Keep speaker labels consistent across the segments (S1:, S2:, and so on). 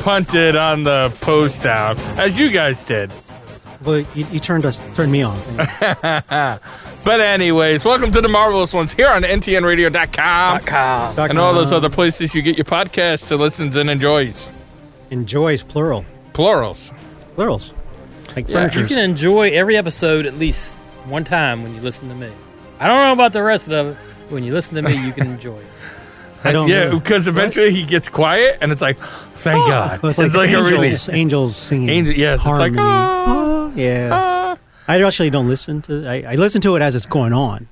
S1: punted on the post down, as you guys did.
S2: Well, you, you turned us, turned me on.
S1: But anyways, welcome to the Marvelous Ones here on ntnradio.com and all
S2: uh,
S1: those other places you get your podcasts to listens and enjoys.
S2: enjoys plural,
S1: Plurals.
S2: plurals, like
S1: Yeah.
S2: furniture.
S3: Uh, You can enjoy every episode at least one time when you listen to me. I don't know about the rest of it. but When you listen to me, you can enjoy it.
S2: I don't.
S1: yeah,
S2: know.
S1: because eventually he gets quiet and it's like, thank God.
S2: Well, it's like, angels,
S1: a really
S2: angels singing.
S1: Angel- yeah, it's like,
S2: harmony.
S1: "Ah,
S2: yeah.
S1: ah."
S2: I actually don't listen to. I, I listen to it as it's going on.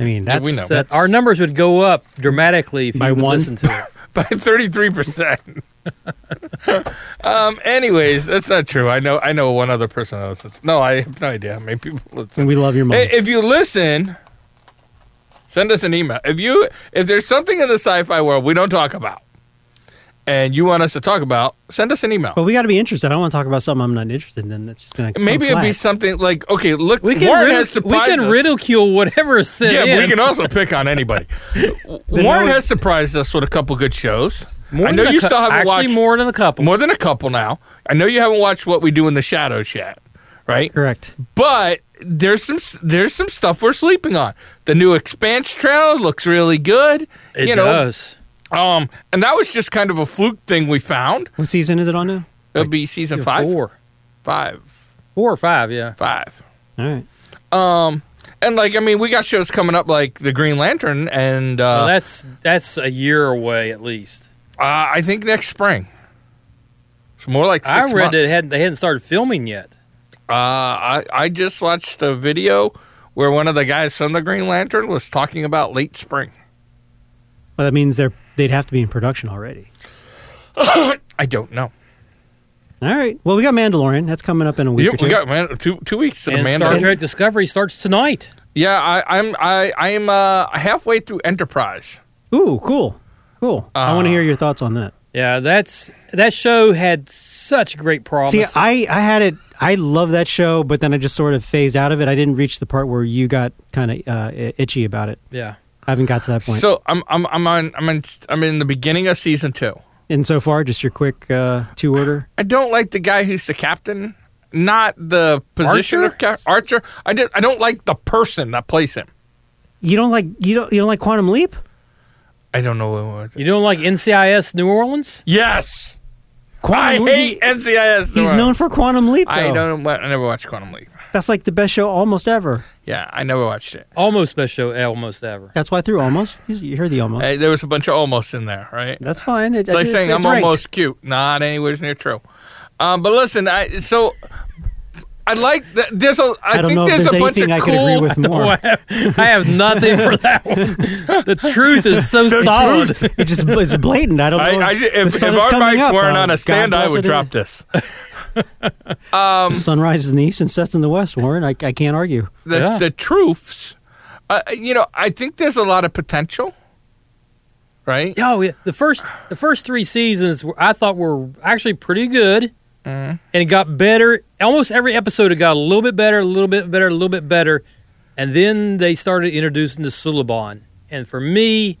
S2: I mean, that's
S1: we know.
S3: So
S2: that's
S3: our numbers would go up dramatically if
S2: By
S3: you would
S2: one?
S3: listen to it.
S1: by 33%. um anyways, that's not true. I know I know one other person that listens. No, I have no idea how many people listen.
S2: And we love your mom.
S1: Hey, if you listen, send us an email. If you if there's something in the sci-fi world we don't talk about and you want us to talk about, send us an email.
S2: but
S3: Oh,
S2: we got to be interested. I don't want to talk about something I'm not interested in. That's just going to
S1: Maybe it'd
S2: flat.
S1: be something like okay, look,
S3: We can,
S1: Warren
S3: rid-
S1: has
S3: we
S1: surprised
S3: can
S1: us.
S3: ridicule whatever is said.
S1: yeah,
S3: in.
S1: but we can also pick on anybody. Warren
S2: now we-
S1: has surprised us with a couple good shows.
S3: More
S1: I know
S3: than a
S1: you
S3: cou-
S1: still haven't
S3: actually
S1: watched
S3: more than a couple.
S1: more than a couple now. I know you haven't watched What We Do in the Shadows yet, right?
S2: correct.
S1: But there's some there's some stuff we're sleeping on. The new Expanse trailer looks really good.
S3: it
S1: you know,
S3: does.
S1: um, and that was just kind of a fluke thing we found.
S2: What season is it on now?
S1: It'll be season five,
S3: Four.
S1: five,
S3: Four or five, yeah.
S1: five.
S2: All right.
S1: Um, and like I mean, we got shows coming up like the Green Lantern, and
S3: Well,
S1: uh,
S3: that's that's a year away at least.
S1: uh, I think next spring. It's more like six
S3: I read
S1: months.
S3: that it hadn't, they hadn't started filming yet.
S1: Uh, I I just watched a video where one of the guys from the Green Lantern was talking about late spring.
S2: Well, that means they're they'd have to be in production already.
S1: I don't know.
S2: All right. Well, we got Mandalorian. That's coming up in a week.
S1: You-
S2: or
S1: we
S2: two.
S1: got man, two two weeks to the
S3: And
S1: Mando.
S3: Star Trek Discovery starts tonight.
S1: Yeah, I, I'm I I'm uh, halfway through Enterprise.
S2: Ooh, cool, cool. I
S1: Uh,
S2: want to hear your thoughts on that.
S3: Yeah, that's that show had such great promise.
S2: See, I I had it. I love that show, but then I just sort of phased out of it. I didn't reach the part where you got kind of uh, i- itchy about it.
S3: yeah,
S2: I haven't got to that point.
S1: So I'm I'm I'm on I'm in I'm in the beginning of season two.
S2: and so far, just your quick uh, two order.
S1: I don't like the guy who's the captain, not the position of
S3: Archer?
S1: cap- Archer. I did I don't like the person that plays him.
S2: You don't like you don't you don't like Quantum Leap?
S1: I don't know what.
S3: you don't like NCIS New Orleans?
S1: Yes, I
S2: Quantum
S1: hate
S2: Leap.
S1: NCIS.
S2: He's known for Quantum Leap.
S1: I
S2: though.
S1: don't. wa- I never watched Quantum Leap.
S2: That's like the best show almost ever.
S1: Yeah, I never watched it.
S3: Almost best show eh, almost ever.
S2: That's why I threw almost. You- You heard the almost.
S1: Hey, there was a bunch of almost in there, right?
S2: That's fine.
S1: It's
S2: It,
S1: like
S2: it's-
S1: saying
S2: it's
S1: I'm
S2: right.
S1: almost cute. Not anywhere near true. Um, but listen, I so I like that. There's a I
S2: I don't
S1: think
S2: know if
S1: there's, a
S2: there's
S1: bunch of
S2: anything I could
S1: cool.
S2: agree with more.
S3: I have, I have nothing for that one. The truth is so solid.
S2: It just it's blatant. I don't
S1: I,
S2: know.
S1: I,
S2: The
S1: if if
S2: sun is
S1: our
S2: coming
S1: mics
S2: up.
S1: weren't
S2: Uh,
S1: on a
S2: God
S1: stand, I
S2: bless
S1: would
S2: it.
S1: drop this.
S2: The sun rises in the east and sets in the west. Warren, I, I can't argue.
S1: The
S3: Yeah.
S1: the truths, uh, you know, I think there's a lot of potential, right?
S3: Yo, yeah, the first the first three seasons were, I thought were actually pretty good,
S1: Mm-hmm.
S3: and it got better. Almost every episode, it got a little bit better, a little bit better, a little bit better, and then they started introducing the Suliban, and for me,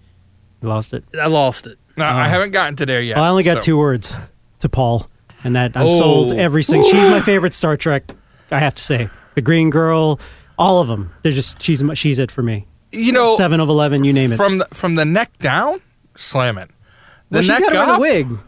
S2: Lost it.
S3: I lost it.
S1: No, I haven't gotten to there yet.
S2: Uh-huh. Well, I only got
S1: so-
S2: two words to Paul, and that I'm
S3: Oh.
S2: sold every single. She's my favorite Star Trek. I have to say, the Green Girl, all of them. They're just she's my- she's it for me.
S1: You know,
S2: Seven of eleven, you name it.
S1: Oh. from the, from the neck down, slamming. The
S2: well, she's
S1: neck
S2: got to wear
S1: up-
S2: the wig.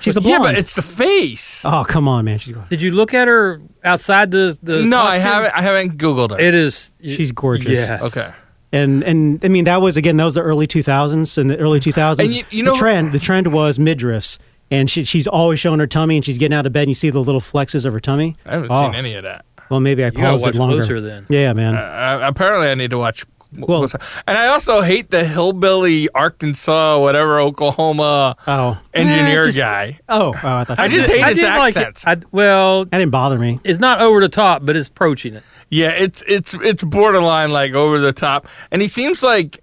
S2: She's the
S1: Yeah,
S2: blonde.
S1: but it's the face.
S2: oh come on, man. She's
S3: Did you look at her outside the? the
S1: no, I
S3: costume?
S1: haven't. I haven't googled it.
S3: It is.
S2: She's gorgeous.
S3: Yes.
S1: okay.
S2: and and I mean that was again that was the early 2000s and the early 2000s.
S1: And you- you know-
S2: the trend the trend was midriffs. And she, she's always showing her tummy, and she's getting out of bed, and you see the little flexes of her tummy.
S1: I haven't
S2: Oh,
S1: seen any of that.
S2: Well, maybe I
S3: gotta
S2: paused
S3: watch
S2: it longer.
S3: closer then.
S2: Yeah, man.
S1: Uh, apparently, I need to watch.
S2: Well-
S1: and I also hate the hillbilly Arkansas, whatever Oklahoma
S3: Uh,
S2: oh,
S1: engineer
S2: Eh, just-
S1: guy.
S2: Oh, oh, I thought.
S1: I
S2: you
S1: just
S2: meant-
S1: hate
S3: I
S1: his
S3: didn't like it.
S1: accents.
S3: I, well,
S2: That didn't bother me.
S3: it's not over the top, but it's approaching it.
S1: Yeah, it's it's it's borderline like over the top, and he seems like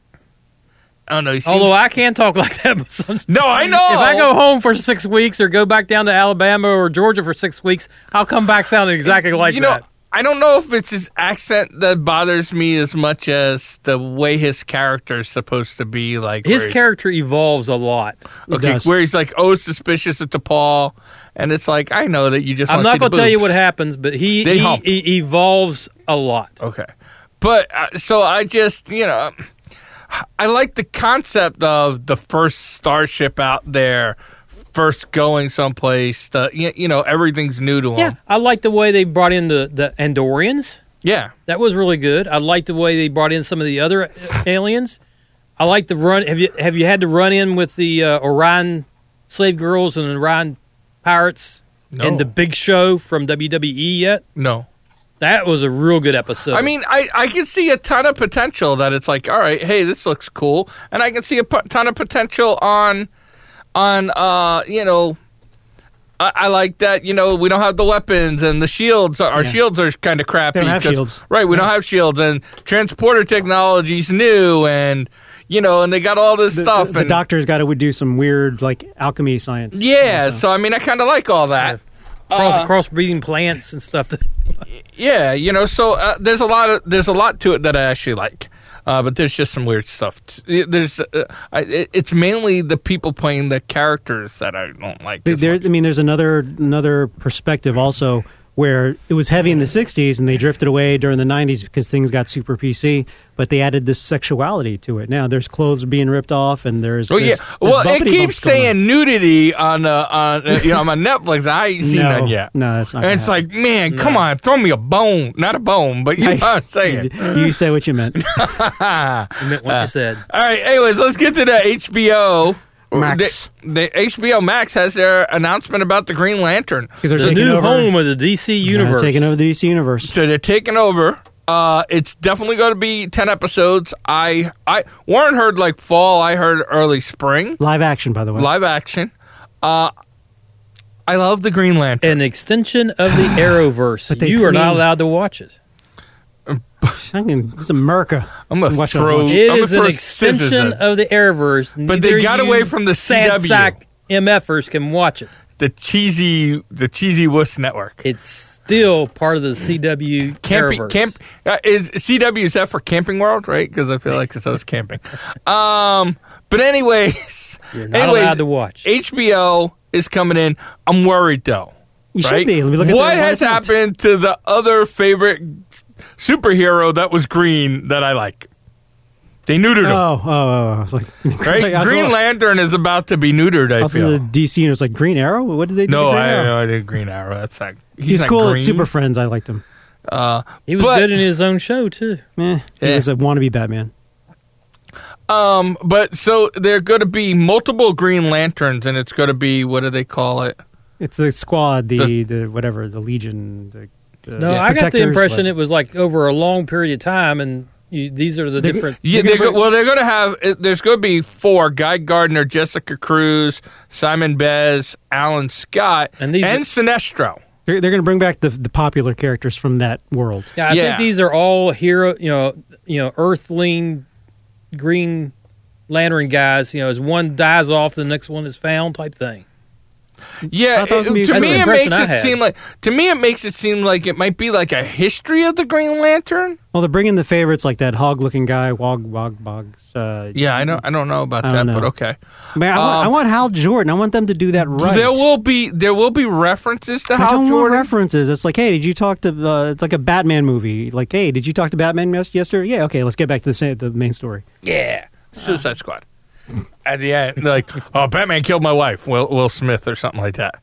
S1: I don't know. He seems,
S3: Although I can talk like that. But some,
S1: no, I know.
S3: If I go home for six weeks or go back down to Alabama or Georgia for six weeks, I'll come back sounding exactly like
S1: you know,
S3: that.
S1: I don't know if it's his accent that bothers me as much as the way his character is supposed to be. Like
S3: His
S1: where-
S3: character evolves a lot.
S1: okay,
S2: does.
S1: where he's like, oh, suspicious at the paw, and it's like, I know that you just.
S3: I'm
S1: wanna
S3: not
S1: see the
S3: going to tell you
S1: boobs.
S3: what happens, but he,
S1: They
S3: he,
S1: hump.
S3: he evolves a lot.
S1: Okay. But uh, so I just, you know, I like the concept of the first starship out there, first going someplace. The, you, you know, everything's new to them.
S3: Yeah, I like the way they brought in the, the Andorians.
S1: Yeah.
S3: That was really good. I liked the way they brought in some of the other uh, aliens. I like the run. Have you have you had to run in with the uh, Orion slave girls and Orion pirates
S1: No.
S3: and the Big Show from WWE yet?
S1: No.
S3: That was a real good episode.
S1: I mean, I, I can see a ton of potential that it's like, all right, hey, this looks cool, and I can see a p- ton of potential on, on uh, you know, I, I like that. You know, we don't have the weapons and the shields. Our
S2: Yeah.
S1: shields are kind of crappy.
S2: They don't have
S1: 'cause-
S2: shields.
S1: right? We don't have shields, and transporter technology's new, and you know, and they got all this
S2: The,
S1: stuff.
S2: the, the
S1: and
S2: doctor's got to do some weird like alchemy science.
S1: yeah, so I mean, I kind of like all that.
S3: cross
S1: uh,
S3: cross breeding plants and stuff.
S1: Yeah, you know, so uh, there's a lot of there's a lot to it that I actually like, uh, but there's just some weird stuff. t- There's uh, I, it- it's mainly the people playing the characters that I don't like.
S2: Th-
S1: as
S2: There,
S1: much.
S2: I mean, there's another another perspective also where it was heavy in the '60s and they drifted away during the '90s because things got super PC. But they added this sexuality to it. Now there's clothes being ripped off, and there's
S1: Oh yeah,
S2: there's- there's
S1: well it
S2: bumpity
S1: keeps
S2: bumps going on.
S1: saying nudity on uh, on uh, you know on my Netflix. I ain't seen
S2: no,
S1: none yet.
S2: No, that's not.
S1: And it's like, man, come on, throw me a bone, not a bone, but you know what I'm saying.
S2: you say what you meant.
S3: You meant
S2: Uh,
S3: what you said.
S1: All right. Anyways, let's get to the HBO
S2: Max.
S1: The, the HBO Max has their announcement about the Green Lantern.
S2: Because they're
S3: The
S2: taking
S3: new
S2: over,
S3: home of the DC
S2: they're
S3: universe.
S2: taking over the DC universe.
S1: So they're taking over. Uh, it's definitely going to be ten episodes. I I Warren heard like fall. I heard early spring
S2: Live action, by the way.
S1: live action. Uh, I love the Green Lantern.
S3: An extension of the Arrowverse.
S2: But they
S3: you are
S2: clean-
S3: not allowed to watch it.
S2: I can, it's America.
S1: I'm gonna
S2: Watch it,
S1: throw.
S2: watch
S1: I'm
S3: It
S1: gonna
S3: is an
S1: throw scissors
S3: extension
S1: at-
S3: of the Arrowverse.
S1: But they
S3: Neither
S1: got
S3: you
S1: away from the
S3: sad
S1: CW.
S3: sack MFers can watch it.
S1: the cheesy the cheesy wuss network.
S3: It's still part of the CW
S1: Camping
S3: Arrowverse.
S1: camp uh, is CW is that for Camping World, right? Because I feel like it's always camping. Um, but anyways,
S3: You're not
S1: anyways,
S3: allowed to watch.
S1: HBO is coming in. I'm worried though.
S2: You should
S1: right?
S2: be. Let me look at
S1: what
S2: the-
S1: has
S2: what-
S1: happened to the other favorite superhero that was green that I like. They neutered
S2: Oh,
S1: him.
S2: oh, oh, oh. I was like, I was
S1: right?
S2: like- I was
S1: Green
S2: like-
S1: Lantern is about to be neutered. I
S2: Also, the
S1: feel.
S2: DC and it was like Green Arrow. What did they do?
S1: No,
S2: with Green
S1: I,
S2: Arrow?
S1: no, I did Green Arrow. That's not. He's,
S2: He's,
S1: not
S2: cool
S1: green.
S2: at Super Friends. I liked him.
S1: Uh,
S3: He was
S1: but-
S3: good in his own show too.
S2: Eh, he
S1: Yeah.
S2: was a wannabe Batman.
S1: Um, but so there are going to be multiple Green Lanterns, and it's going to be what do they call it?
S2: It's the squad, the the whatever, the Legion. The, the
S3: No, I got the
S2: Protectors,
S3: impression
S2: like-
S3: it was like over a long period of time, and you, these are the
S2: They-
S3: different.
S1: Yeah,
S2: They're
S1: they're
S2: gonna
S1: go- well, they're going to have. it- There's going to be four: Guy Gardner, Jessica Cruz, Simon Bez, Alan Scott,
S3: And these
S1: and
S3: are-
S1: Sinestro.
S2: They're, they're going to bring back the the popular characters from that world.
S3: Yeah, I
S1: yeah.
S3: think these are all hero. You know, you know, Earthling, Green Lantern guys. You know, as one dies off, the next one is found, type thing.
S1: Yeah,
S2: I thought it was
S1: it-
S2: gonna be-
S1: to
S2: That's
S1: me
S2: the
S1: it
S3: impression
S1: makes
S3: I
S1: it
S3: had.
S1: seem like to me it makes it seem like it might be like a history of the Green Lantern.
S2: Well, they're bringing the favorites like that hog looking guy, Wog Wog Bogs. Uh,
S1: Yeah, I don't I don't know about
S2: I
S1: that,
S2: don't
S1: but
S2: know.
S1: okay.
S2: man, I, want,
S1: Um,
S2: I want Hal Jordan. I want them to do that right.
S1: There will be there will be references to
S2: I
S1: Hal
S2: don't want
S1: Jordan.
S2: references. It's like, hey, did you talk to? Uh, it's like a Batman movie. Like, hey, did you talk to Batman yes- yesterday? Yeah, okay, let's get back to the sa- the main story.
S1: Yeah. Suicide Squad. At the end, like, oh, Batman killed my wife, Will, Will Smith, or something like that.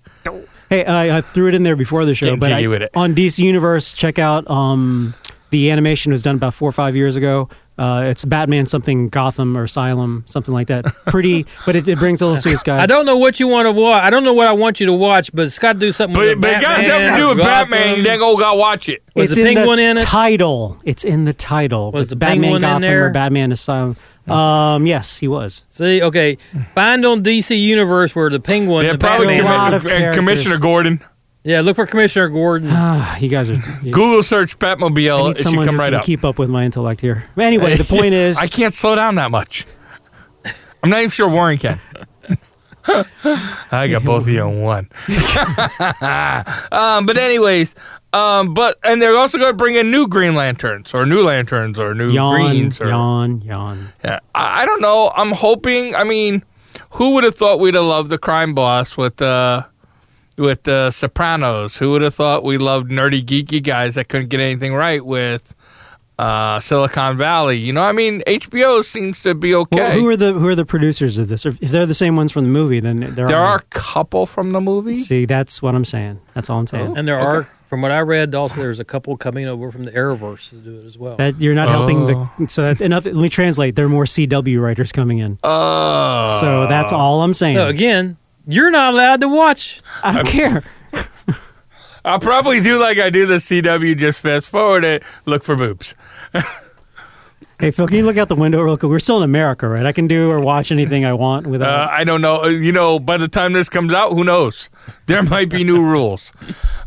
S2: Hey, I, I threw it in there before the show,
S1: Can't
S2: but
S1: jiggy
S2: I-
S1: with it.
S2: on DC Universe, check out um, the animation was done about four or five years ago. Uh, it's Batman something Gotham or Asylum something like that. Pretty, but it, it brings a little Suicide guy.
S3: I don't know what you want to watch. I don't know what I want you to watch, but it's got to do something.
S1: But,
S3: with
S1: but it got nothing to do with
S3: Gotham.
S1: Batman. You dang old gotta watch it.
S3: Was
S2: it's
S3: the
S2: in
S3: penguin
S2: the
S3: in it?
S2: title. It's in the title.
S3: Was
S2: It's
S3: the
S2: Batman
S3: penguin in
S2: Gotham or
S3: there?
S2: Batman Asylum? Um, yes, he was.
S3: See, okay, find on DC Universe where the Penguin,
S1: Yeah,
S3: the
S1: probably
S3: Batman-
S2: A lot
S1: commi-
S2: of
S1: and
S2: characters.
S1: Commissioner Gordon.
S3: yeah, look for Commissioner Gordon.
S2: Ah, you guys are. You,
S1: Google search
S2: I
S1: Batmobile.
S2: need
S1: It should
S2: someone
S1: come
S2: who
S1: right
S2: can
S1: up.
S2: keep up with my intellect here. Anyway, the point is,
S1: I can't slow down that much. I'm not even sure Warren can. I got both of you in one. um, but anyways, Um, but and they're also going to bring in new Green Lanterns or new Lanterns or new
S2: Yawn,
S1: Greens or
S2: yawn, yawn.
S1: yeah. I, I don't know. I'm hoping. I mean, who would have thought we'd have loved the Crime Boss with uh with the Sopranos? Who would have thought we loved nerdy geeky guys that couldn't get anything right with uh Silicon Valley? You know, I mean, HBO seems to be okay.
S2: Well, who are the who are the producers of this? If if they're the same ones from the movie, then there,
S1: there are a couple from the movie.
S2: See, that's what I'm saying. That's all I'm saying.
S1: Oh.
S3: And there are, from what I read, also there's a couple coming over from the Arrowverse to do it as well.
S2: That you're not helping
S1: Oh.
S2: the so that, enough. Let me translate. There are more CW writers coming in,
S1: Oh,
S2: so that's all I'm saying.
S3: so again, you're not allowed to watch.
S2: I don't care.
S1: I'll probably do like I do the CW, just fast forward it, look for boobs.
S2: Hey Phil, can you look out the window real quick? We're still in America, right? I can do or watch anything I want
S1: Uh,
S2: without.
S1: I don't know. Uh, You know, by the time this comes out, who knows? There might be new rules.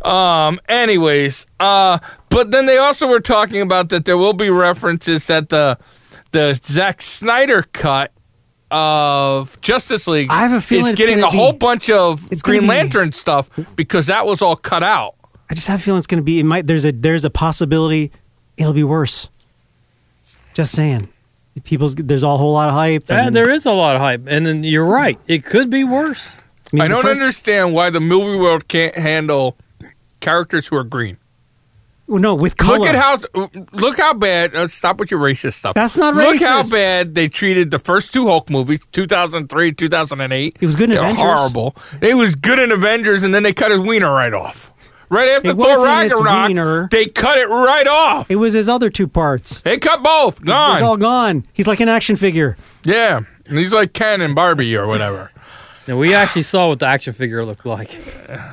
S1: Um. Anyways, uh, but then they also were talking about that there will be references that the the Zack Snyder cut of Justice League
S2: I have a feeling
S1: is
S2: it's
S1: getting a
S2: gonna be-
S1: whole bunch of
S2: it's gonna
S1: Green
S2: be-
S1: Lantern stuff because that was all cut out.
S2: I just have a feeling it's going to be. It might. There's a there's a possibility it'll be worse. Just saying, people's there's a whole lot of hype.
S3: Yeah,
S2: and-
S3: there is a lot of hype, and then you're right. It could be worse.
S2: mean,
S1: I
S2: the
S1: don't
S2: first-
S1: understand why the movie world can't handle characters who are green.
S2: Well, no, with color.
S1: Look at how look how bad. Uh, stop with your racist stuff.
S2: That's not
S1: Look
S2: racist.
S1: how bad they treated the first two Hulk movies, 2003, 2008.
S2: He was good in
S1: They're
S2: Avengers.
S1: horrible. They was good in Avengers, and then they cut his wiener right off. Right after
S2: It
S1: Thor
S2: wasn't his wiener.
S1: Ragnarok, they cut it right off.
S2: It was his other two parts.
S1: They cut both. Gone.
S2: It's all gone. He's like an action figure.
S1: yeah, And he's like Ken and Barbie or whatever.
S3: Now we actually saw what the action figure looked like.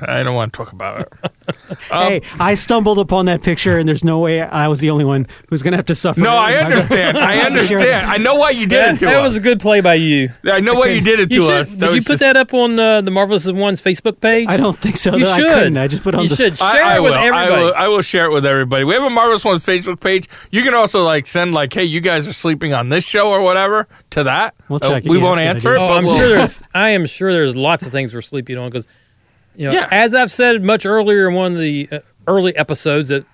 S1: I don't want to talk about it. Um,
S2: hey, I stumbled upon that picture, and there's no way I was the only one who's going to have to suffer.
S1: No, I
S2: I'm-
S1: understand. I
S2: I'm sure-
S1: understand. I know why you did
S3: That,
S1: it to
S3: that
S1: us.
S3: was a good play by you.
S1: I know why you did it to
S3: You should-
S1: us.
S3: did you
S1: was
S3: put
S1: just-
S3: that up on uh, the Marvelous One's Facebook page?
S2: I don't think so.
S3: You
S2: though. I
S3: should.
S2: couldn't. I just put on
S3: You
S2: the.
S3: should share it with
S1: will.
S3: everybody.
S1: I will, I will share it with everybody. We have a Marvelous Ones Facebook page. You can also like send like, hey, you guys are sleeping on this show or whatever to that. Uh,
S2: We'll check it.
S1: we
S2: Yeah,
S1: won't
S2: that's
S1: answer
S2: a
S1: it,
S2: good idea.
S3: Oh,
S1: but
S3: I'm
S1: we'll,
S3: sure there's. I am sure there's lots of things we're sleeping on because, you know,
S1: Yeah.
S3: as I've said much earlier in one of the uh, early episodes that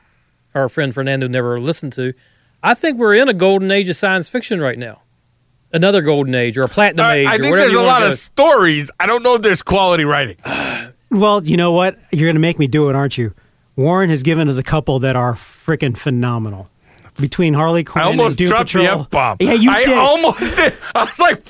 S3: our friend Fernando never listened to, I think we're in a golden age of science fiction right now, another golden age or a platinum
S1: I,
S3: age.
S1: I
S3: or
S1: think
S3: whatever
S1: there's
S3: you
S1: a
S3: wanna
S1: lot
S3: go
S1: of
S3: with.
S1: stories. I don't know if there's quality writing.
S2: Well, you know what? You're going to make me do it, aren't you? Warren has given us a couple that are freaking phenomenal. Between Harley Quinn
S1: I almost
S2: and Doom
S1: dropped
S2: Patrol,
S1: the F bomb.
S2: Yeah, you
S1: I
S2: did.
S1: almost did. I was like,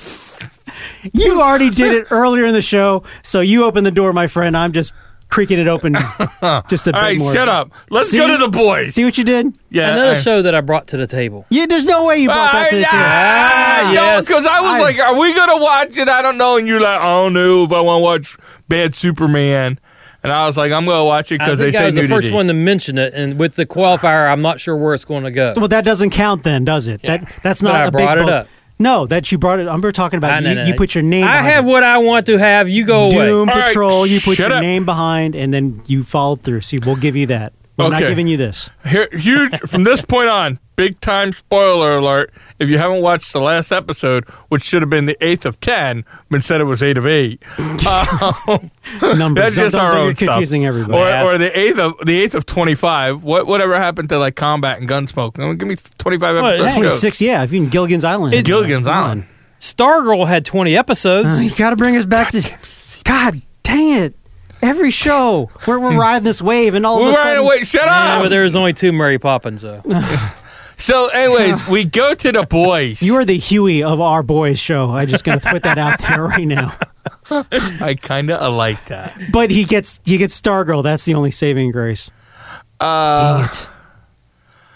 S2: You already did it earlier in the show, so you opened the door, my friend. I'm just creaking it open, just a bit
S1: all right,
S2: more.
S1: shut up. Let's
S2: See?
S1: go to the boys.
S2: See what you did?
S1: yeah.
S3: another
S1: I-
S3: show that I brought to the table.
S2: You, there's no way you brought that to the table.
S1: Ah,
S3: Ah,
S1: Uh, no,
S3: yes.
S1: because I was
S2: I-
S1: like, "Are we gonna watch it?" I don't know, and you're like, "I don't know if I want to watch Bad Superman," and I was like, "I'm gonna watch it
S3: I
S1: because they
S3: think
S1: say
S3: I was the
S1: nudity."
S3: first one to mention it, and with the qualifier, I'm not sure where it's going to go.
S2: Well, that doesn't count then, does it? That that's
S3: But
S2: not
S3: I
S2: a
S3: brought
S2: big
S3: it
S2: bu-
S3: up.
S2: No, that you brought it. I'm talking about
S3: I-
S2: you,
S3: no, no,
S2: you
S3: no.
S2: put your name.
S3: I
S2: behind
S3: have
S2: it.
S3: what I want to have. You go
S2: Doom
S3: away.
S1: All right,
S2: Patrol. you put
S1: shut
S2: your
S1: up.
S2: name behind, and then you followed through. See, we'll give you that. We're not
S1: Okay.
S2: giving you this.
S1: Here, huge from this point on, big time spoiler alert. If you haven't watched the last episode, which should have been the eighth of ten, but instead it was eight of eight, uh, that's just
S2: Numbers. Don't- don't
S1: our
S2: think
S1: own
S2: You're confusing
S1: stuff.
S2: everybody.
S1: Or,
S3: Yeah.
S1: or the eighth of the eighth of twenty five. What whatever happened to like combat and gunsmoke? No, Give me twenty five
S3: Well,
S1: episodes.
S3: hey.
S1: shows.
S2: Twenty-six. Yeah, if you in Gilligan's Island.
S3: It's-
S1: Gilligan's
S2: Come
S1: Island.
S3: Stargirl had 20 episodes.
S2: on. Uh, you got to bring us back to. God dang it! Every show we're, we're riding this wave, and all
S1: We're
S2: of a
S1: right
S2: sudden,
S1: away. Shut
S3: Yeah,
S1: up.
S3: but there was only two Mary Poppins though.
S1: So, anyways, we go to the boys.
S2: you are the Huey of our boys show. I'm just going to put that out there right now.
S1: I kind of like that.
S2: But he gets he gets Stargirl. That's the only saving grace.
S1: Uh,
S2: Dang it.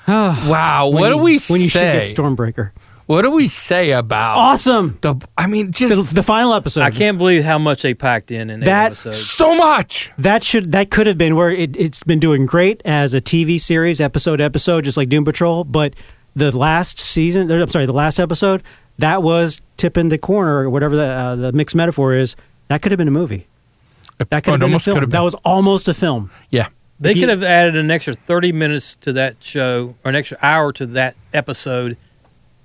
S2: Ah,
S1: wow.
S2: when
S1: what do
S2: you-
S1: we
S2: when you should
S1: say?
S2: get Stormbreaker?
S1: what do we say about
S2: Awesome.
S1: the? I mean,
S2: The,
S1: just
S2: the final episode.
S3: I can't believe how much they packed in in that
S2: That-
S3: episode.
S1: so much.
S2: That should that could have been where it, it's been doing great as a TV series, episode to episode, just like Doom Patrol. But the last season, or, I'm sorry, the last episode, that was tipping the corner, or whatever the uh, the mixed metaphor is. That could have been a movie. That could
S1: Oh, it
S2: have been a
S1: almost
S2: film.
S1: could have
S2: That
S1: been.
S2: was almost a film.
S1: Yeah.
S3: They
S2: If you-
S3: could have added an extra 30 minutes to that show or an extra hour to that episode,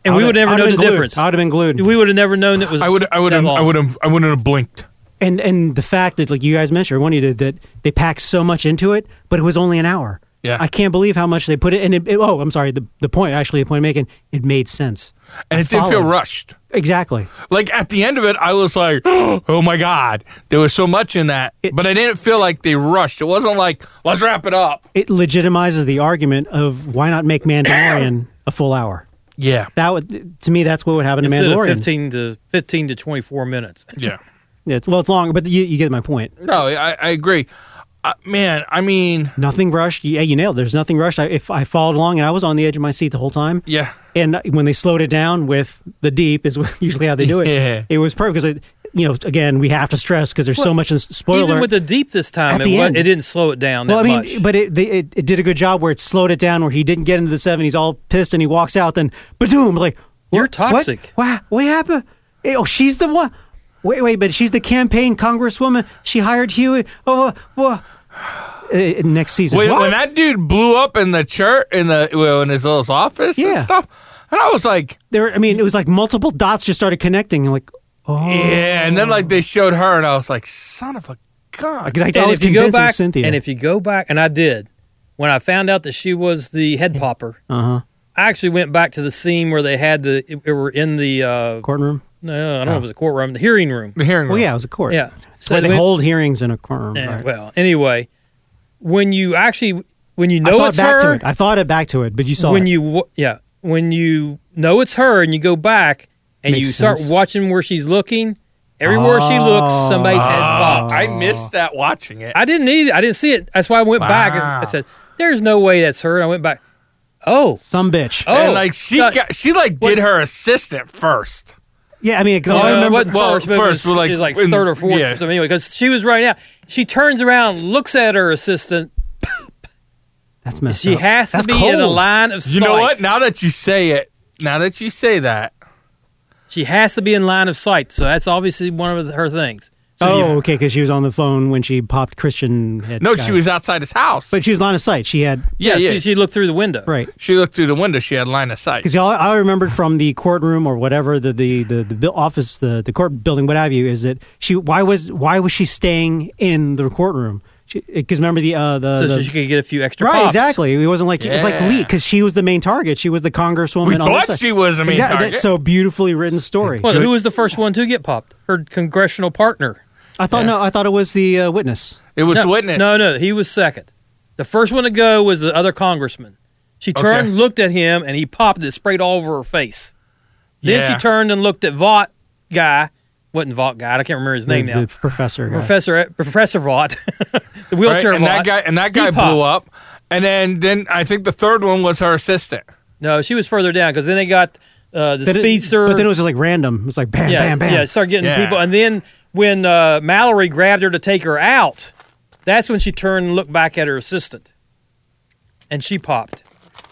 S3: and
S2: I
S3: we would
S2: would've-
S3: never
S2: I'd have
S3: know the
S2: been glued.
S3: difference.
S2: I would have been glued.
S3: we would have never known that was.
S1: I would. I would.
S3: that
S1: have
S3: long.
S1: I would have. I wouldn't have blinked.
S2: and and the fact that like you guys mentioned, or one of you did, that they packed so much into it, but it was only an hour.
S1: Yeah.
S2: I can't believe how much they put it. And it, it- oh, I'm sorry. The, the point, actually, the point I'm making, it made sense.
S1: and
S2: I
S1: it didn't feel
S2: followed.
S1: rushed.
S2: Exactly.
S1: Like at the end of it, I was like, "Oh my god!" There was so much in that,
S2: It-
S1: but I didn't feel like they rushed. It wasn't like, "Let's wrap it up."
S2: It legitimizes the argument of why not make Mandalorian a full hour.
S1: Yeah,
S2: That would, to me, that's what would happen to
S3: Instead of
S2: Mandalorian.
S3: fifteen to fifteen to twenty four minutes.
S1: yeah.
S2: Yeah, well, it's long, but you, you get my point.
S1: No, I, I agree. Uh, man, I mean,
S2: Nothing rushed. Yeah, you nailed. it. There's nothing rushed. I, if I followed along, and I was on the edge of my seat the whole time.
S1: yeah,
S2: And when they slowed it down with the deep, is usually how they do it.
S1: Yeah.
S2: It was perfect because, you know, again, we have to stress because there's so
S3: Well,
S2: much in spoiler.
S3: Even with the deep this time,
S2: At
S3: it,
S2: the
S3: wa-
S2: end.
S3: it didn't slow it down that
S2: well, I mean,
S3: much.
S2: but it, they, it it did a good job where it slowed it down, where he didn't get into the seven. He's all pissed and he walks out. Then, boom! Like wha-
S3: You're
S2: what?
S3: toxic.
S2: What? What happened? Eh, Oh, she's the one. Wait, wait, but she's the campaign congresswoman. She hired Huey. Oh, what? next season.
S1: when,
S2: What?
S1: when that dude blew up in the church in the well, in his little office and
S2: Yeah.
S1: stuff, and I was like,
S2: there, I mean, it was like multiple dots just started connecting. I'm like, oh,
S1: "Yeah," and then like they showed her, and I was like, "Son of a gun!"
S2: Because I, I
S3: and
S2: was
S3: if you go
S2: convinced it
S3: back,
S2: was Cynthia.
S3: and if you go back, and I did, when I found out that she was the head popper,
S2: uh huh.
S3: I actually went back to the scene where they had the it, it were in the uh,
S2: Courtroom.
S3: no, I don't know if it was a courtroom, the hearing room.
S1: The hearing.
S2: Well,
S1: room.
S2: yeah, it was Oh. a court.
S3: Yeah,
S2: So where they
S3: when-
S2: hold hearings in a courtroom.
S3: eh,
S2: right.
S3: well, anyway, when you actually when you
S2: I
S3: know
S2: thought
S3: it's
S2: back to
S3: her,
S2: it. I thought it back to it, but you saw
S3: when
S2: it.
S3: you wa- yeah when you know it's her and you go back and
S2: Makes
S3: you start
S2: sense.
S3: watching where she's looking, everywhere she looks,
S2: Oh.
S3: somebody's head
S1: Ah,
S3: pops.
S1: I missed that watching it.
S3: I didn't need. I didn't see it. That's why I went back. I, I
S1: Wow.
S3: said, "There's no way that's her." And I went back. Oh,
S2: Some bitch.
S3: Oh.
S1: and like she
S3: uh,
S1: got, she like did her assistant first.
S2: Yeah, I mean, 'cause all I
S3: Uh,
S2: remember.
S3: wasn't
S1: well,
S3: first, but it
S1: first,
S3: was,
S1: but, like,
S3: it was like
S1: when-
S3: third or fourth.
S1: yeah.
S3: Or something anyway, because she was right out. She turns around, looks at her assistant.
S2: That's messed
S3: She
S2: up.
S3: has
S2: That's
S3: to be
S2: cold.
S3: in a line of sight.
S1: You know what? Now that you say it, now that you say that,
S3: she has to be in line of sight. So that's obviously one of her things.
S2: oh, okay, because she was on the phone when she popped Christian. Head
S1: no,
S2: guy.
S1: she was outside his house.
S2: but she was line of sight. She had
S1: yeah, yeah.
S3: She,
S1: She,
S3: she looked through the window.
S2: right
S1: looked through the window. She had line of sight.
S2: because all I remembered from the courtroom or whatever the the the, the bu- office the the court building what have you is that she why was why was she staying in the courtroom? Because remember the uh the,
S3: So, so
S2: the-
S3: she could get a few extra
S2: right
S3: pops.
S2: exactly it wasn't like it was like
S1: Yeah.
S2: leak because she was the main target. She was the congresswoman.
S1: We
S2: on the
S1: thought
S2: side.
S1: she was the main
S2: Exactly,
S1: target.
S2: That's so beautifully written story.
S3: Well, who was the first one to get popped? Her congressional partner.
S2: I thought no, I thought it was the uh, witness.
S1: it was
S3: no,
S1: witness.
S3: No, no, he was second. The first one to go was the other congressman. She turned,
S1: Okay.
S3: looked at him, and he popped it, sprayed all over her face. Then
S1: Yeah.
S3: she turned and looked at Vought guy. Wasn't Vought guy? I can't remember his name
S2: the,
S3: now.
S2: the professor. guy.
S3: Professor eh, Professor Vought, the
S1: Right?
S3: wheelchair
S1: And that
S3: Vought.
S1: guy and that guy
S3: He popped.
S1: blew up. And then then I think the third one was her assistant.
S3: No, she was further down because then they got uh, the
S2: Then it-
S3: speedster.
S2: but then it was just like random. It was like bam,
S3: yeah,
S2: bam, bam.
S3: yeah, start getting
S1: Yeah.
S3: people. And then when uh, Mallory grabbed her to take her out, that's when she turned and looked back at her assistant, and she popped.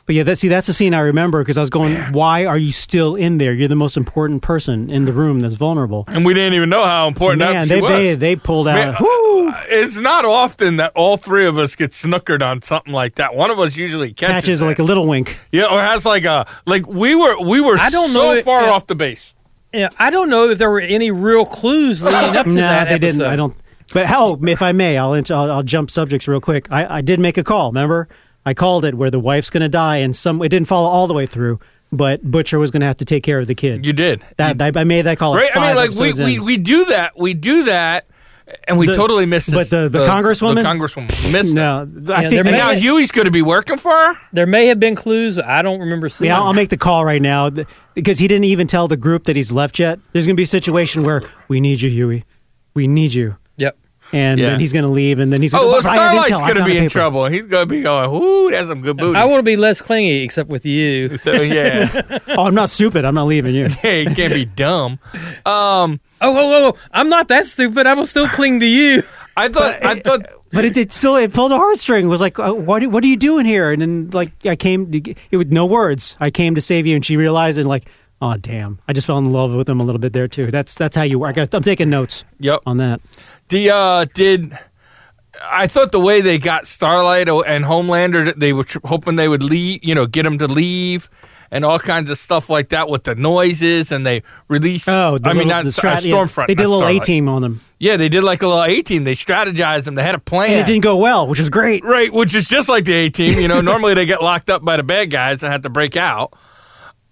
S2: But yeah, that see, that's the scene I remember because I was going, "Why are you still in there? You're the most important person in the room that's vulnerable."
S1: And we didn't even know how important
S2: Man,
S1: that
S2: they,
S1: she was.
S2: they they pulled out.
S1: Man, uh, it's not often that all three of us get snookered on something like that. One of us usually catches,
S2: catches
S1: it.
S2: like a little wink.
S1: yeah, or has like a like we were we were
S3: I don't
S1: so
S3: know it-
S1: far
S3: yeah.
S1: off the base.
S3: Yeah, I don't know if there were any real clues leading up to
S2: No,
S3: that.
S2: they didn't.
S3: episode.
S2: I don't. But how, if I may, I'll, int- I'll I'll jump subjects real quick. I, I did make a call. Remember, I called it where the wife's going to die, and some it didn't follow all the way through, but Butcher was going to have to take care of the kid.
S1: You did.
S2: that I, I made that call.
S1: right?
S2: At five
S1: I mean, like we,
S2: episodes
S1: we,
S2: in.
S1: we do that, we do that, and we
S2: The-
S1: totally miss.
S2: but
S1: this-
S2: the- the congresswoman?
S1: the congresswoman, missed.
S2: no, I
S3: Yeah,
S2: think
S3: they're
S1: And now
S3: Really?
S1: Huey's going to be working for her.
S3: There may have been clues, but I don't remember seeing.
S2: Yeah, I'll, I'll
S3: them.
S2: make the call right now th- because he didn't even tell the group that he's left yet. There's going to be a situation where we need you, Huey. We need you.
S3: Yep.
S2: And
S1: Yeah.
S2: then he's going to leave, and then he's
S1: Oh, well,
S2: going
S1: Starlight's going to be in trouble. He's going to be going. Ooh, that's some good booty.
S3: I want to be less clingy, except with you.
S1: so yeah,
S2: Oh, I'm not stupid. I'm not leaving you.
S1: hey, it can't be dumb. Um,
S3: Oh, oh, oh! I'm not that stupid. I will still cling to you.
S1: I thought, I thought.
S2: But eh, it, it still it pulled a heartstring. It was like, uh, what are- what are you doing here? And then like I came, to, g- it with no words. I came to save you, and she realized and like, oh damn, I just fell in love with him a little bit there too. That's that's how you. work. I got, I'm taking notes
S1: Yep.
S2: on that.
S1: The uh, did I thought the way they got Starlight o- and Homelander, they were tr- hoping they would leave, you know, get them to leave, and all kinds of stuff like that with the noises, and they released.
S2: Oh, the
S1: I mean,
S2: little-
S1: not
S2: the
S1: Star-
S2: strat- yeah,
S1: Stormfront.
S2: They did a
S1: not
S2: little A
S1: Starlight.
S2: team on them.
S1: Yeah, they did like a little A team. They strategized them. They had a plan.
S2: And it didn't go well, which is great.
S1: Right, which is just like the A team. You know, normally they get locked up by the bad guys and have to break out.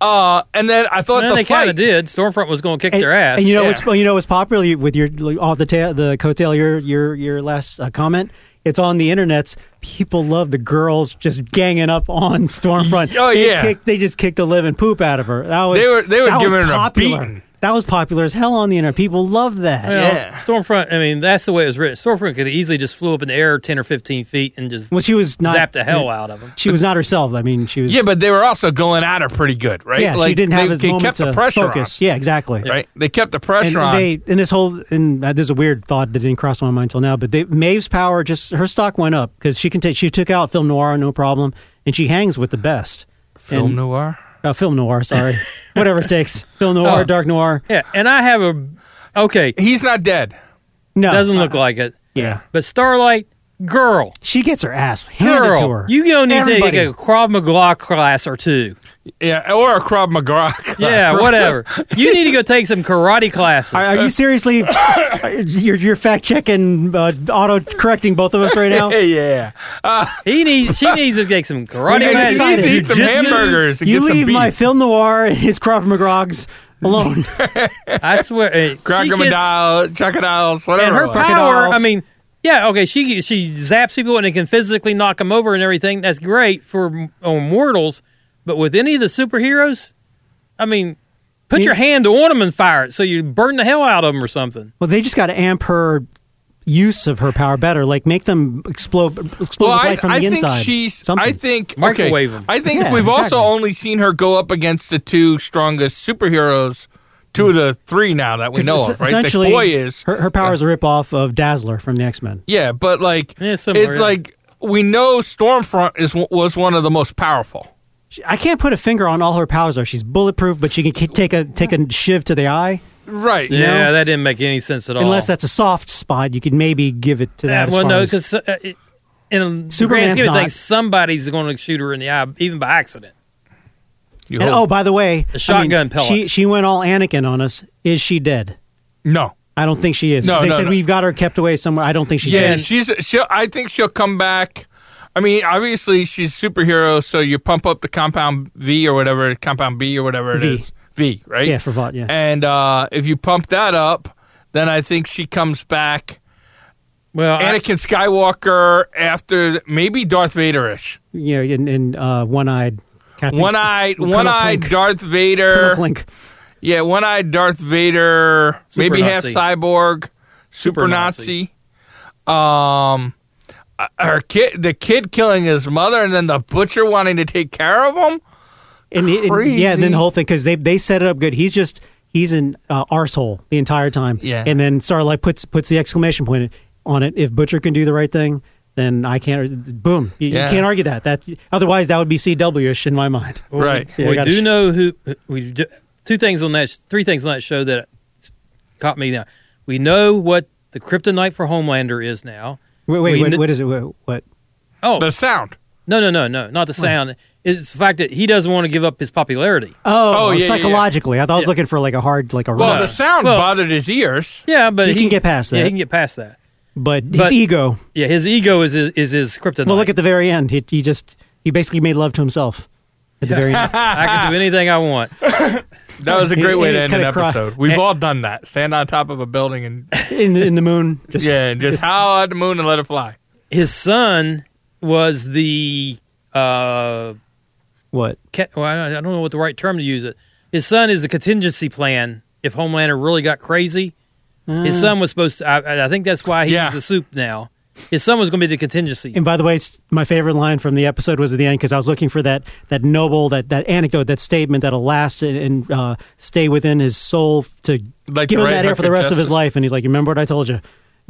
S1: Uh, and then I thought
S3: And
S1: the
S3: they kind
S1: fight.
S3: of did. Stormfront was going to kick
S2: And,
S3: their ass.
S2: and you know
S1: Yeah.
S2: what's you know what's popular with your like, off the tail the coattail of your your your last uh, comment. It's on the internets. People love the girls just ganging up on Stormfront.
S1: Oh,
S2: they
S1: yeah.
S2: kicked, they just kicked the living poop out of her. That was
S1: They were- they were
S2: that was
S1: giving her a
S2: popular.
S1: beating.
S2: That was popular as hell on the internet. People love that.
S3: Well,
S1: Yeah.
S3: Stormfront. I mean, that's the way it was written. Stormfront could have easily just flew up in the air ten or fifteen feet and just
S2: Well, she was not
S3: zapped the hell out of them.
S2: She was not herself. I mean, she was
S1: Yeah, but they were also going at her pretty good, right?
S2: yeah,
S1: like,
S2: she didn't have
S1: they,
S2: his
S1: they
S2: moment
S1: kept
S2: to
S1: the pressure
S2: focus. Yeah, exactly.
S1: on, right? They kept the pressure
S2: and
S1: on.
S2: they and this whole and uh, this is a weird thought that didn't cross my mind till now. But they, Maeve's power just her stock went up because she can take she took out film noir no problem, and she hangs with the best.
S1: Film
S2: And-
S1: noir.
S2: uh, film noir, sorry, whatever it takes. Film noir,
S3: Oh.
S2: dark noir.
S3: Yeah, and I have a okay.
S1: He's not dead.
S2: No,
S3: Doesn't look like it.
S2: yeah.
S3: But Starlight, girl,
S2: She gets her ass handed
S3: girl,
S2: to her.
S3: you gonna need
S2: Everybody.
S3: to take a Krav Maga class or two.
S1: Yeah, or a Krav Maga. class.
S3: Yeah, whatever. you need to go take some karate classes.
S2: Are, are you seriously? uh, you're you're fact checking, uh, auto correcting both of us right now.
S1: yeah.
S3: He needs. She needs to take some karate
S2: We're
S1: And
S2: gonna
S1: he
S3: classes.
S2: decide
S1: needs to
S2: it.
S1: eat some
S3: jujitsu.
S1: hamburgers and
S2: You
S1: get some
S2: leave
S1: beef.
S2: my film noir and his Krav McGrogs alone.
S3: I swear, eh, she gets-
S1: Crocodile, crocodiles, whatever.
S3: and her
S1: it was.
S3: power.
S2: Crocodiles.
S3: I mean, yeah, okay, she she zaps people and it can physically knock them over and everything. That's great for on mortals, but with any of the superheroes, I mean, put
S2: Yeah.
S3: your hand on them and fire it so you burn the hell out of them or something.
S2: Well, they just got to amp her use of her power better. Like make them explode, explode
S1: Well,
S2: with
S1: I,
S2: light from
S1: I
S2: the
S1: think
S2: inside.
S1: she's.
S2: Something.
S1: I think
S3: Microwave
S1: okay,
S3: 'em.
S1: I think
S2: Yeah,
S1: we've also
S2: exactly.
S1: only seen her go up against the two strongest superheroes, two of the three now that we
S2: 'Cause
S1: know
S2: es-
S1: of. Right,
S2: Essentially,
S1: the boy is.
S2: her, her power is a ripoff of Dazzler from the X Men.
S1: yeah, but like
S3: Yeah,
S1: it's
S3: somewhere, yeah.
S1: like we know Stormfront is was one of the most powerful.
S2: I can't put a finger on all her powers. Though she's bulletproof, but she can ki- take a take a shiv to the eye.
S1: Right.
S3: Yeah, that didn't make any sense
S1: Oh.
S3: at all.
S2: Unless that's a soft spot, you could maybe give it to that.
S3: Uh,
S2: as
S3: well,
S2: far
S3: no,
S2: as-
S3: because uh, it- in the grand
S2: Superman's
S3: scheme of
S2: not.
S3: things, somebody's going to shoot her in the eye, even by accident.
S1: You
S2: and, oh,
S1: hope.
S2: by the way,
S3: The shotgun
S2: I mean,
S3: pellets.
S2: She she went all Anakin on us. Is she dead?
S1: no.
S2: I don't think she is. 'Cause
S1: No,
S2: they
S1: no,
S2: said
S1: no.
S2: we've got her kept away somewhere. I don't think she's
S1: Yeah,
S2: dead.
S1: she's she'll I think she'll come back. I mean, obviously she's superhero, so you pump up the compound V or whatever, compound B or whatever it
S2: V.
S1: is, V, right?
S2: Yeah, for Vought, yeah.
S1: And uh, if you pump that up, then I think she comes back.
S3: Well, I-
S1: Anakin Skywalker after maybe Darth Vader ish,
S2: you know, in, in uh, one-eyed, Captain-
S1: one eyed,
S2: Colonel
S1: one eyed
S2: Plink.
S1: Darth
S2: Colonel
S1: Vader.
S2: Plink.
S1: Yeah, one eyed Darth Vader,
S3: Super
S1: maybe
S3: Nazi.
S1: half cyborg, super,
S3: Super
S1: Nazi. Um, uh, her kid, the kid killing his mother, and then the butcher wanting to take care of him.
S2: And, it- and-
S1: Crazy.
S2: yeah, and then the whole thing because they they set it up good. He's just he's an uh, arsehole the entire time.
S1: Yeah.
S2: and then Starlight puts puts the exclamation point on it. If Butcher can do the right thing, then I can't. Boom, you, you
S1: Yeah.
S2: can't argue that. That otherwise that would be CW ish in my mind.
S3: Well,
S1: Right.
S3: We,
S2: Yeah,
S3: we
S2: I gotta
S3: do
S2: sh-
S3: know who we do, two things on that three things on that show that caught me now. We know what the kryptonite for Homelander is now.
S2: Wait, wait,
S3: We
S2: what,
S3: kn-
S2: what is it? What? what?
S3: Oh
S1: The sound.
S3: no no no no not the sound. It's the fact that he doesn't want to give up his popularity.
S2: Oh,
S1: Oh, yeah, yeah, yeah.
S2: psychologically, I thought I was looking for like a hard, like a
S1: Well,
S2: rock,
S1: the sound
S3: Well-
S1: bothered his ears.
S3: Yeah, but
S2: He
S3: he
S2: can get past
S3: Yeah,
S2: that.
S3: he can get past that.
S2: but his
S3: but-
S2: ego.
S3: Yeah, his ego is his, is his kryptonite.
S2: Well, look at the very end. He, he just he basically made love to himself at the very end.
S3: I can do anything I want.
S1: That was a
S2: He-
S1: great way
S2: he
S1: to end an
S2: kinda cried.
S1: episode. We've all done that. Stand on top of a building and
S2: in the, in the moon. Just,
S1: yeah, and just howl at the moon and let it fly.
S3: His son was the uh,
S2: What?
S3: ca- well, I don't know what the right term to use it. His son is the contingency plan if Homelander really got crazy. His son was supposed to. I, I think that's why he's
S1: Mm. Yeah.
S3: the soup now. His son was going to be the contingency.
S2: And by the way, it's, my favorite line from the episode was at the end because I was looking for that that noble that that anecdote that statement that'll last and, and uh, stay within his soul to
S1: Like
S2: give
S1: the
S2: him
S1: right
S2: that air
S1: hook
S2: for the
S1: of
S2: rest of his
S1: justice.
S2: life. And he's like, "You remember what I told you?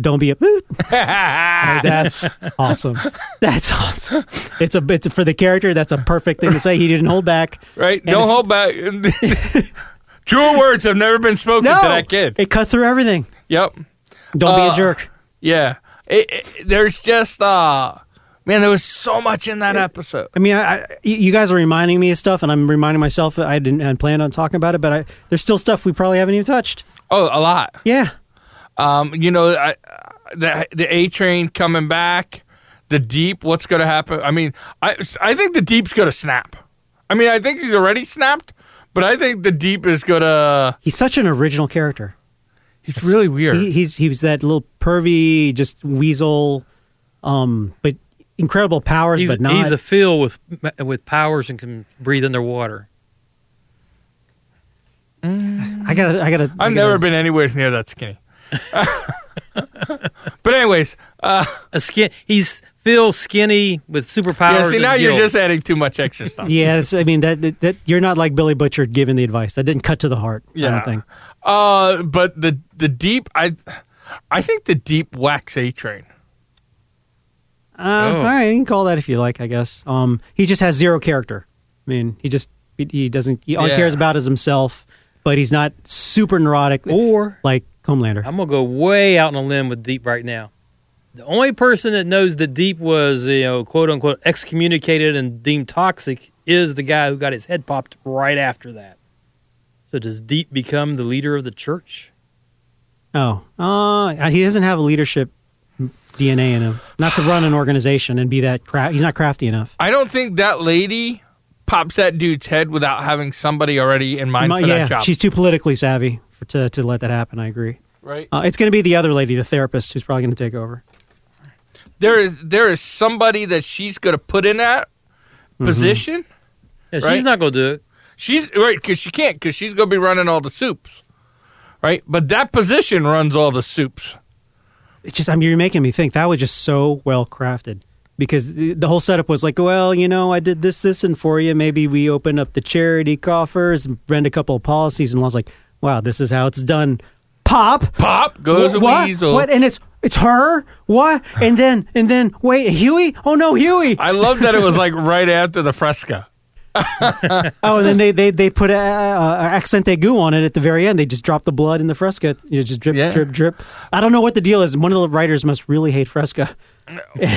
S2: Don't be a." Like, that's awesome. That's awesome. It's a it's for the character. That's a perfect thing to say. He didn't hold back.
S1: Right?
S2: And
S1: Don't
S2: it's-
S1: hold back. True words have never been spoken
S2: No,
S1: to that kid.
S2: it cut through everything.
S1: Yep.
S2: Don't be
S1: Uh,
S2: a jerk.
S1: Yeah. It, it- there's just uh man, there was so much in that episode.
S2: I mean, I, I, you you guys are reminding me of stuff, and I'm reminding myself that I didn't I hadn't planned on talking about it, but I, there's still stuff we probably haven't even touched.
S1: Oh, a lot.
S2: Yeah.
S1: Um, you know, I, the the A Train coming back, the Deep. What's going to happen? I mean, I I think the Deep's going to snap. I mean, I think he's already snapped, but I think the Deep is going to.
S2: He's such an original character.
S1: He's really weird.
S2: He, he's he was that little pervy, just weasel, um, but incredible powers,
S3: He's,
S2: but not.
S3: he's a fill with with powers and can breathe underwater.
S2: I gotta, I gotta. I
S1: I've
S2: gotta-
S1: never been anywhere near that skinny. but anyways, uh,
S3: A skin. He's Phil skinny with superpowers.
S1: yeah. See,
S3: and
S1: now you're
S3: gills.
S1: just adding too much extra stuff.
S2: Yeah, that's, I mean that, that that you're not like Billy Butcher giving the advice. That didn't cut to the heart. I
S1: Yeah.
S2: don't think.
S1: Uh, but the the deep, I, I think the deep wax A train.
S2: Uh,
S3: Oh.
S2: All right, you can call that if you like. I guess. Um, he just has zero character. I mean, he just he, he doesn't. He, all
S1: Yeah.
S2: he cares about is himself, but he's not super neurotic
S3: Or
S2: like Homelander.
S3: I'm gonna go way out on a limb with Deep right now. The only person that knows that Deep was, you know, quote unquote, excommunicated and deemed toxic is the guy who got his head popped right after that. So does Deep become the leader of the church?
S2: Oh, uh, he doesn't have a leadership DNA in him. Not to run an organization and be that cra- he's not crafty enough.
S1: I don't think that lady pops that dude's head without having somebody already in mind
S2: My-
S1: for
S2: yeah,
S1: that job.
S2: she's too politically savvy for, to to let that happen. I agree.
S1: right
S2: Uh, it's going to be the other lady, the therapist, who's probably going to take over.
S1: there is there is somebody that she's going to put in that
S2: Mm-hmm.
S1: position.
S3: Yeah, she's
S1: Right.
S3: not gonna do it.
S1: She's right because she can't because she's going to be running all the soups, right? But that position runs all the soups.
S2: It's just, I mean, you're making me think that was just so well crafted because the the whole setup was like, well, you know, I did this, this, and for you. Maybe we open up the charity coffers, bend a couple of policies and laws. Like, wow, this is how it's done. Pop
S1: Pop goes
S2: Wh-
S1: a
S2: what?
S1: weasel.
S2: What? And it's it's her. What? And then and then wait, Huey? Oh no, Huey!
S1: I love that it was like right after the fresca.
S2: Oh, and then they they they put a, uh accente goo on it at the very end. They just drop the blood in the fresca. You know, just drip,
S1: Yeah.
S2: drip, drip. I don't know what the deal is. One of the writers must really hate fresca.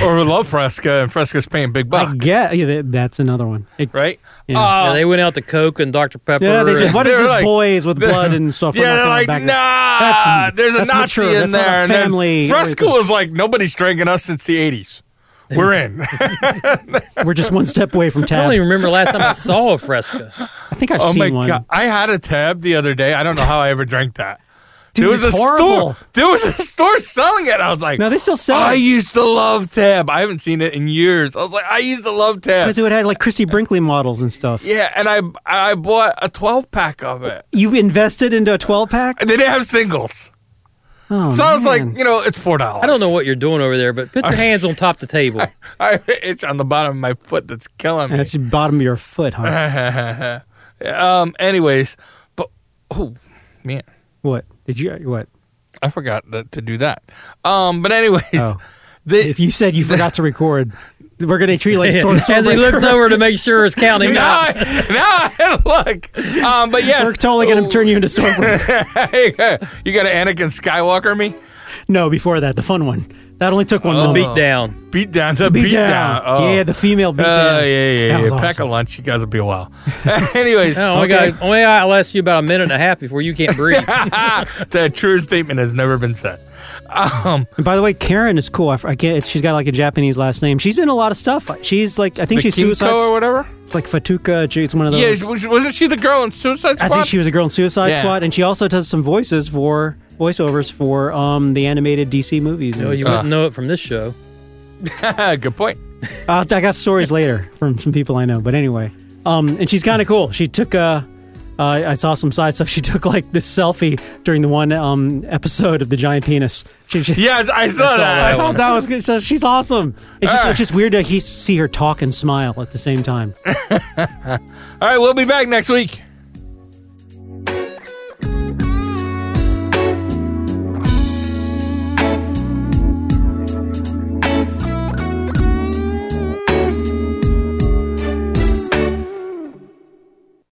S1: or love Fresca, and Fresca's paying big
S2: I
S1: bucks,
S2: get yeah, that- that's another one. It-
S1: right?
S2: Yeah.
S3: Yeah,
S1: Uh,
S3: they went out to Coke and Dr Pepper.
S2: yeah, they said,
S3: and-
S2: "What is
S1: They're
S2: this
S1: like-
S2: boys with blood and stuff?" We're
S1: yeah,
S2: not
S1: they're
S2: coming
S1: like,
S2: back."
S1: nah,
S2: That's-
S1: there's a
S2: that's
S1: Nazi
S2: mature.
S1: in
S2: That's not
S1: there.
S2: a
S1: and then
S2: family-
S1: Fresca
S2: everything.
S1: was like, nobody's drinking us since the 80s. We're in.
S2: We're just one step away from
S3: I
S2: tab.
S3: don't even remember last time I saw a fresca.
S2: I think I've
S1: oh
S2: seen
S1: my
S2: one.
S1: God. I had a tab the other day. I don't know how I ever drank that.
S2: Dude,
S1: there was
S2: it's
S1: a
S2: horrible.
S1: store. There was a store selling it. I was like,
S2: No, they still sell
S1: I
S2: it.
S1: used to love tab. I haven't seen it in years. I was like, I used to love tab.
S2: Because it would have like Christy Brinkley models and stuff.
S1: Yeah, and I I bought a 12 pack of it.
S2: You invested into a twelve pack.
S1: And they didn't have singles.
S2: Oh,
S1: so I was like,
S2: man.
S1: you know, it's four dollars.
S3: I don't know what you're doing over there, but put your hands on top the table.
S1: I have an itch on the bottom of my foot that's killing me.
S2: that's the bottom of your foot, huh?
S1: um. Anyways, but oh man,
S2: what did you? What?
S1: I forgot that, to do that. Um. But anyways,
S2: Oh.
S1: the,
S2: If you said you forgot to record, we're gonna treat you like a store.
S3: As he looks over to make sure it's counting
S1: now
S3: up.
S1: I, now I look. Um. But yes,
S2: We're totally gonna turn you into Stormbreaker.
S1: you got to Anakin Skywalker me.
S2: no, before that, the fun one. That only took one
S3: The
S2: moment.
S3: beat down.
S1: Beat down the
S2: Beat
S1: Oh, beat, down. Oh.
S2: Yeah, the female beat
S1: Uh, yeah, yeah,
S2: down. That
S1: yeah.
S2: was
S1: Pack
S2: awesome.
S1: a lunch. You guys will be a while. Anyways,
S3: Oh, only
S2: Okay.
S3: got only I last you about a minute and a half before you can't breathe.
S1: that true statement has never been said. Um,
S2: And by the way, Karen is cool. I, f- I can't. it's- She's got like a Japanese last name. She's been in a lot of stuff. She's like, I think she's
S1: Kimiko
S2: suicide.
S1: or whatever.
S2: like Fatuka. It's one of
S1: Yeah,
S2: those.
S1: she- was- wasn't she the girl in Suicide
S2: I
S1: Squad?
S2: think she was a girl in Suicide
S1: Yeah.
S2: Squad, and she also does some voices for voiceovers for um the animated DC movies.
S3: No, Oh, you
S1: Uh.
S3: wouldn't know it from this show.
S1: Good point.
S2: Uh, I got stories later from some people I know, but anyway. Um, and she's kind of cool. She took uh uh, I saw some side stuff. She took like this selfie during the one um, episode of the giant penis. She, she,
S1: Yeah, I I saw, that.
S2: I
S1: I
S2: thought that was good. So she's awesome. It's just,
S1: Ah.
S2: it's just weird to he- see her talk and smile at the same time.
S1: All right, we'll be back next week.